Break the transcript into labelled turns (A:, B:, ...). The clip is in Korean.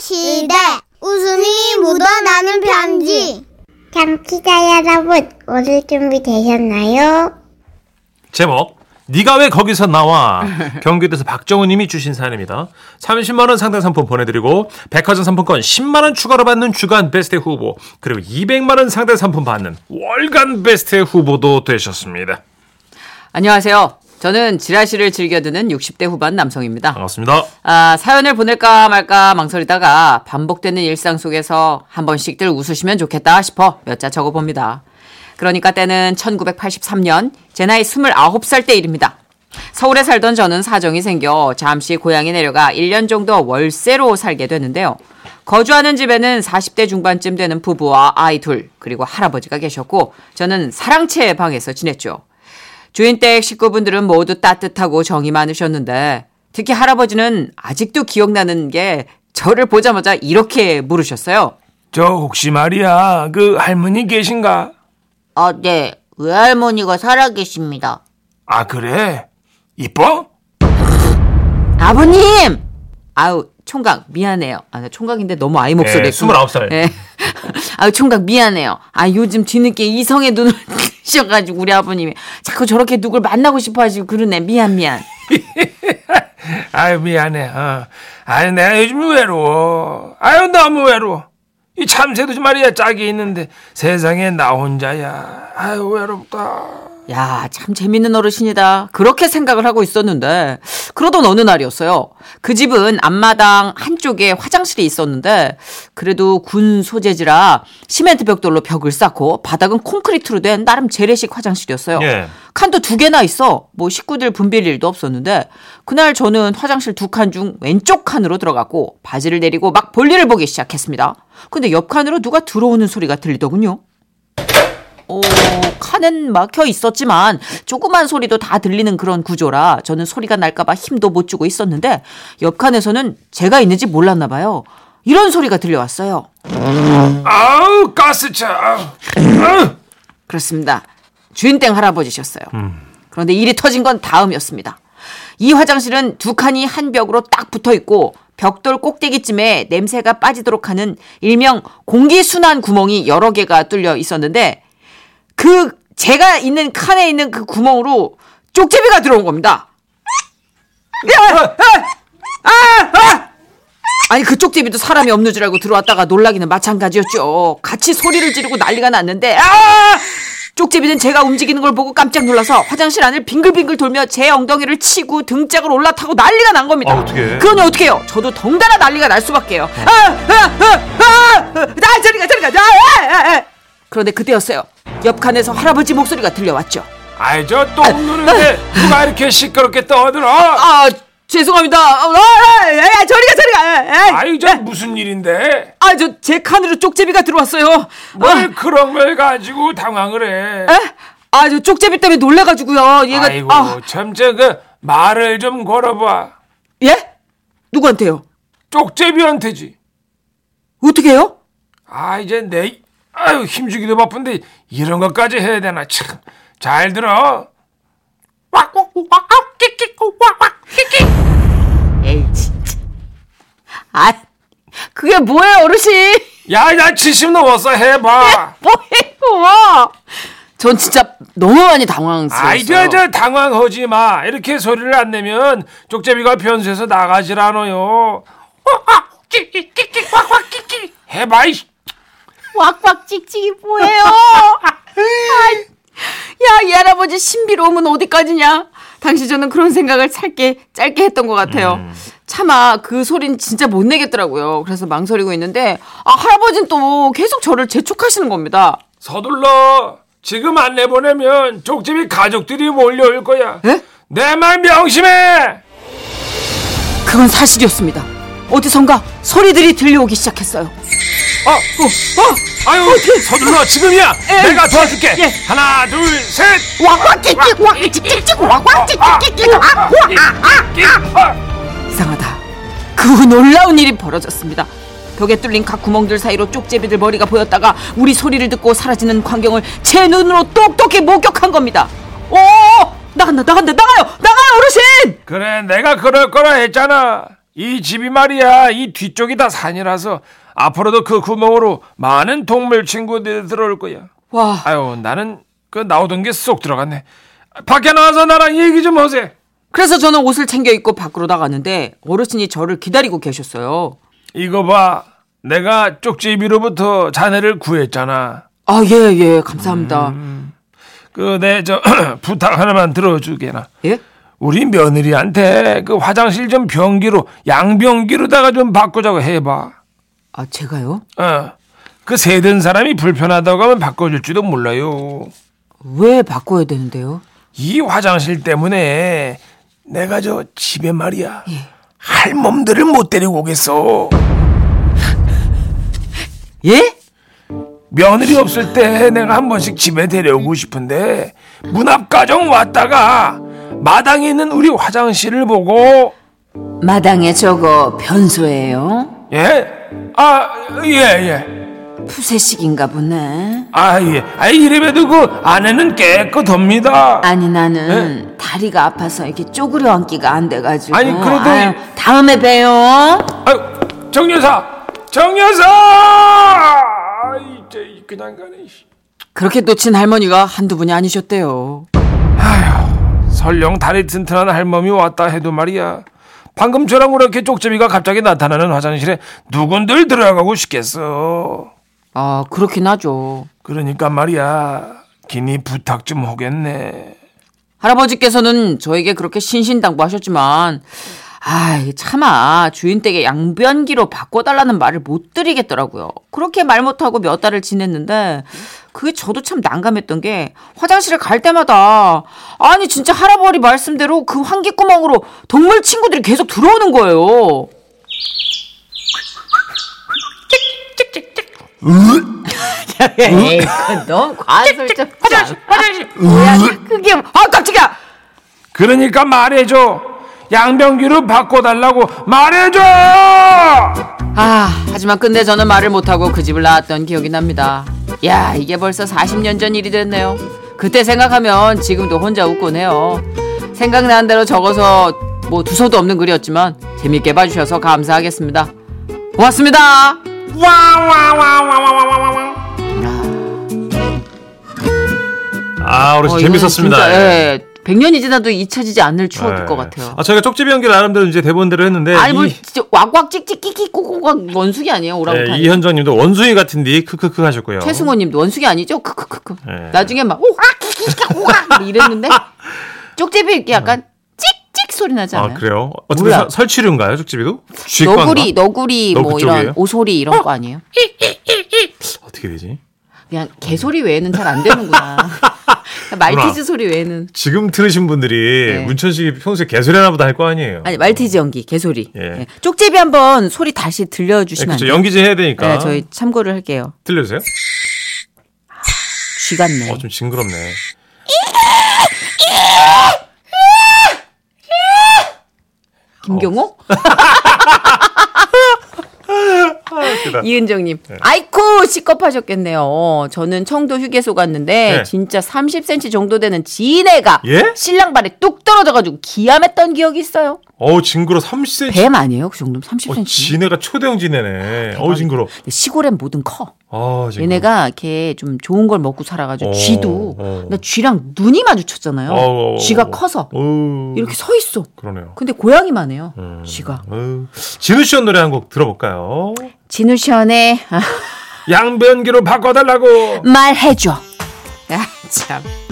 A: 시대 웃음이 묻어나는 편지
B: 참기자 여러분, 오늘 준비 되셨나요?
C: 제목 네가 왜 거기서 나와 경기도에서 박정우님이 주신 사연입니다 30만원 상당 상품 보내드리고 백화점 상품권 10만원 추가로 받는 주간 베스트 후보 그리고 200만원 상당 상품 받는 월간 베스트 후보도 되셨습니다
D: 안녕하세요. 저는 지라시를 즐겨 듣는 60대 후반 남성입니다.
C: 반갑습니다
D: 아, 사연을 보낼까 말까 망설이다가 반복되는 일상 속에서 한 번씩들 웃으시면 좋겠다 싶어 몇 자 적어봅니다. 그러니까 때는 1983년 제 나이 29살 때 일입니다. 서울에 살던 저는 사정이 생겨 잠시 고향에 내려가 1년 정도 월세로 살게 되는데요. 거주하는 집에는 40대 중반쯤 되는 부부와 아이 둘 그리고 할아버지가 계셨고 저는 사랑채 방에서 지냈죠. 주인댁 식구분들은 모두 따뜻하고 정이 많으셨는데 특히 할아버지는 아직도 기억나는 게 저를 보자마자 이렇게 물으셨어요.
E: 저 혹시 말이야 그 할머니 계신가?
F: 아, 네. 외할머니가 살아계십니다.
E: 아 그래? 이뻐?
D: 아버님! 아우 총각 미안해요. 아, 나 총각인데 너무 아이 목소리.
E: 네,
C: 예, 29살.
D: 예. 아우 총각 미안해요. 아 요즘 뒤늦게 이성의 눈을 뜨셔가지고 우리 아버님이 자꾸 저렇게 누굴 만나고 싶어하시고 그러네. 미안 미안.
E: 아유 미안해. 어. 아유 내가 요즘 외로워. 아유 너무 외로워. 이 참새도 말이야 짝이 있는데 세상에 나 혼자야. 아유 외롭다.
D: 야, 참 재밌는 어르신이다. 그렇게 생각을 하고 있었는데, 그러던 어느 날이었어요. 그 집은 앞마당 한쪽에 화장실이 있었는데, 그래도 군 소재지라 시멘트 벽돌로 벽을 쌓고, 바닥은 콘크리트로 된 나름 재래식 화장실이었어요.
C: 예.
D: 칸도 두 개나 있어. 뭐 식구들 분빌 일도 없었는데, 그날 저는 화장실 두 칸 중 왼쪽 칸으로 들어갔고, 바지를 내리고 막 볼일을 보기 시작했습니다. 근데 옆 칸으로 누가 들어오는 소리가 들리더군요. 어, 칸은 막혀 있었지만 조그만 소리도 다 들리는 그런 구조라 저는 소리가 날까봐 힘도 못 주고 있었는데 옆 칸에서는 제가 있는지 몰랐나 봐요. 이런 소리가 들려왔어요.
E: 아우 가스차. 아우. 아우.
D: 그렇습니다. 주인땡 할아버지셨어요. 그런데 일이 터진 건 다음이었습니다. 이 화장실은 두 칸이 한 벽으로 딱 붙어 있고 벽돌 꼭대기쯤에 냄새가 빠지도록 하는 일명 공기순환 구멍이 여러 개가 뚫려 있었는데 그 제가 있는 칸에 있는 그 구멍으로 쪽제비가 들어온 겁니다. 아니 그 쪽제비도 사람이 없는 줄 알고 들어왔다가 놀라기는 마찬가지였죠. 같이 소리를 지르고 난리가 났는데 아! 쪽제비는 제가 움직이는 걸 보고 깜짝 놀라서 화장실 안을 빙글빙글 돌며 제 엉덩이를 치고 등짝을 올라타고 난리가 난 겁니다.
C: 아, 어떡해.
D: 그러니 어떡해요? 저도 덩달아 난리가 날 수밖에요. 아, 아, 아, 아, 나 저리 가 저리 가. 아, 아, 아. 그런데 그때였어요. 옆 칸에서 할아버지 목소리가 들려왔죠.
E: 아이 저똥 누는데 누가 이렇게 시끄럽게 떠들어?
D: 아 죄송합니다. 아, 아, 아, 저리 가 저리 가. 아,
E: 아이 저 무슨 일인데?
D: 아, 저 제 칸으로 쪽제비가 들어왔어요.
E: 뭘 그런 걸 가지고 당황을 해?
D: 아, 저 쪽제비 때문에 놀래가지고요. 얘가
E: 아이고
D: 아,
E: 참 저 그 말을 좀 걸어봐
D: 예? 누구한테요?
E: 쪽제비한테지
D: 어떻게요?
E: 아 이제 내 아유 힘주기도 바쁜데 이런 것까지 해야 되나 참 잘 들어
D: 에이 진짜. 아, 그게 뭐예요, 어르신?
E: 야 나 70 넘었어 해봐
D: 뭐예요? 전 진짜 너무 많이 당황스러웠어요.
E: 아이 저 저 당황하지 마 이렇게 소리를 안 내면 쪽제비가 변수에서 나가질 않아요 해봐 이
D: 왁왁 찍찍이 뭐예요? 아이, 야, 이 할아버지 신비로움은 어디까지냐? 당시 저는 그런 생각을 짧게, 짧게 했던 것 같아요. 차마 그 소린 진짜 못 내겠더라고요. 그래서 망설이고 있는데, 아, 할아버지는 또 계속 저를 재촉하시는 겁니다.
E: 서둘러 지금 안 내보내면 쪽집이 가족들이 몰려올 거야
D: 에?
E: 내 말 명심해
D: 그건 사실이었습니다. 어디선가 소리들이 들려오기 시작했어요.
E: 어, 어, 어, 아유 서둘러 지금이야 내가 도와줄게
D: 예.
E: 하나 둘셋
D: 왁왁 찍찍, 왁왁 찍찍, 왁왁 찍찍, 왁왁, 이상하다. 그 후 놀라운 일이 벌어졌습니다. 벽에 뚫린 각 구멍들 사이로 쪽제비들 머리가 보였다가 우리 소리를 듣고 사라지는 광경을 제 눈으로 똑똑히 목격한 겁니다. 어, 오! 나간다, 나간다, 나가요! 나가요, 어르신!
E: 그래 내가 그럴 거라 했잖아 이 집이 말이야 이 뒤쪽이 다 산이라서 앞으로도 그 구멍으로 많은 동물 친구들이 들어올 거야.
D: 와,
E: 아유 나는 그 나오던 게 쏙 들어갔네. 밖에 나와서 나랑 얘기 좀 하세요.
D: 그래서 저는 옷을 챙겨 입고 밖으로 나갔는데 어르신이 저를 기다리고 계셨어요.
E: 이거 봐. 내가 쪽지비로부터 자네를 구했잖아.
D: 아, 예, 예, 감사합니다.
E: 그 내 저 부탁 하나만 들어주게나.
D: 예?
E: 우리 며느리한테 그 화장실 좀 변기로 양변기로다가 좀 바꾸자고 해봐.
D: 아, 제가요?
E: 어. 그 세든 사람이 불편하다고 하면 바꿔줄지도 몰라요.
D: 왜 바꿔야 되는데요?
E: 이 화장실 때문에 내가 저 집에 말이야 할멈들을 못 데리고 오겠어.
D: 예?
E: 며느리 없을 때 내가 한 번씩 집에 데려오고 싶은데 문 앞 가정 왔다가 마당에 있는 우리 화장실을 보고
D: 마당에 저거 변소예요?
E: 예? 아, 예, 예.
D: 푸세식인가 보네.
E: 아, 예. 아, 이래봬도 그 안에는 깨끗합니다.
D: 아니 나는 다리가 아파서 이렇게 쪼그려 앉기가 안 돼가지고.
E: 아니, 그래도
D: 예. 아유, 다음에 봬요.
E: 아유, 정여사! 정여사! 아이, 저, 그냥 가네. 씨.
D: 그렇게 놓친 할머니가 한두 분이 아니셨대요.
E: 설령 다리 튼튼한 할멈이 왔다 해도 말이야. 방금 저랑 그렇게 쪽제비가 갑자기 나타나는 화장실에 누군들 들어가고 싶겠어.
D: 아 그렇긴 하죠.
E: 그러니까 말이야. 기니 부탁 좀 하겠네.
D: 할아버지께서는 저에게 그렇게 신신당부하셨지만, 아이, 차마 주인 댁에 양변기로 바꿔달라는 말을 못 드리겠더라고요. 그렇게 말 못하고 몇 달을 지냈는데, 그게 저도 참 난감했던 게, 화장실을 갈 때마다, 아니, 진짜 할아버지 말씀대로 그 환기구멍으로 동물 친구들이 계속 들어오는 거예요. 에이, 그건 너무 과설적. 음. 화장실, 화장실. 뭐야, 그게, 아, 깜짝이야!
E: 그러니까 말해줘. 양병규로 바꿔달라고 말해줘!
D: 아, 하지만 끝내 저는 말을 못하고 그 집을 나왔던 기억이 납니다. 야, 이게 벌써 40년 전 일이 됐네요. 그때 생각하면 지금도 혼자 웃곤 해요. 생각나는 대로 적어서 뭐 두서도 없는 글이었지만 재밌게 봐주셔서 감사하겠습니다. 고맙습니다.
C: 아, 어르신 재밌었습니다.
D: 이거는 진짜, 예. 100년이 지나도 잊혀지지 않을 추억일
C: 예.
D: 것 같아요.
C: 아, 저희가 쪽지비 연기 나름대로 이제 대본대로 했는데
D: 아니 뭐
C: 이,
D: 진짜 왁왁 찍찍 끼끼 꼬꼬각 원숙이 아니에요 오랑우탄.
C: 예, 이현정 님도 원숭이 같은 니 크크크 하셨고요.
D: 최승호 님도 원숙이 아니죠? 크크크크.
C: 예.
D: 나중에 막 오악 키키키카 오악 아, 이랬는데 쪽제비 이렇게 약간 찍찍 소리 나지
C: 어. 아,
D: 않아요?
C: 그래요? 어떻게
D: 몰라.
C: 서- 설치류인가요, 쪽지비도? 아, 쥐과인가?
D: 너구리 너구리
C: 너
D: 뭐
C: 그쪽이에요? 어?
D: 이런 오소리 이런 거 아니에요?
C: 어떻게 되지?
D: 그냥 개소리 외에는 잘 안 되는구나. 말티즈 소리 외에는
C: 지금 들으신 분들이
D: 네.
C: 문천식이 평소에 개소리하나 보다 할 거 아니에요.
D: 아니 말티즈 연기 개소리.
C: 예.
D: 예. 쪽제비 한번 소리 다시
C: 네,
D: 들려주시면 안
C: 그렇죠.
D: 돼요?
C: 연기제 해야 되니까.
D: 네, 저희 참고를 할게요.
C: 들려주세요.
D: 쥐 같네.
C: 어, 좀 징그럽네. 어.
D: 김경호?
C: 아,
D: 이은정님,
C: 네.
D: 아이쿠 시겁하셨겠네요. 저는 청도 휴게소 갔는데
C: 네.
D: 진짜 30cm 정도 되는 지네가
C: 예?
D: 신랑 발에 뚝 떨어져가지고 기함했던 기억이 있어요.
C: 어우, 징그러. 30cm.
D: 뱀 아니에요? 그 정도면 30cm.
C: 어, 지네가 초대형 지네네. 어우, 징그러.
D: 근데 시골엔 뭐든 커.
C: 아, 징그러.
D: 얘네가 이렇게 좀 좋은 걸 먹고 살아가지고
C: 어,
D: 쥐도
C: 어.
D: 나 쥐랑 눈이 마주쳤잖아요.
C: 어, 어,
D: 쥐가
C: 어.
D: 커서
C: 어우,
D: 이렇게 서 있어.
C: 그러네요.
D: 근데 고양이만 해요.
C: 음,
D: 쥐가.
C: 어우. 진우 씨의 노래 한 곡 들어볼까요?
D: 진우션의
E: 양변기로 바꿔달라고!
D: 말해줘. 아, 참.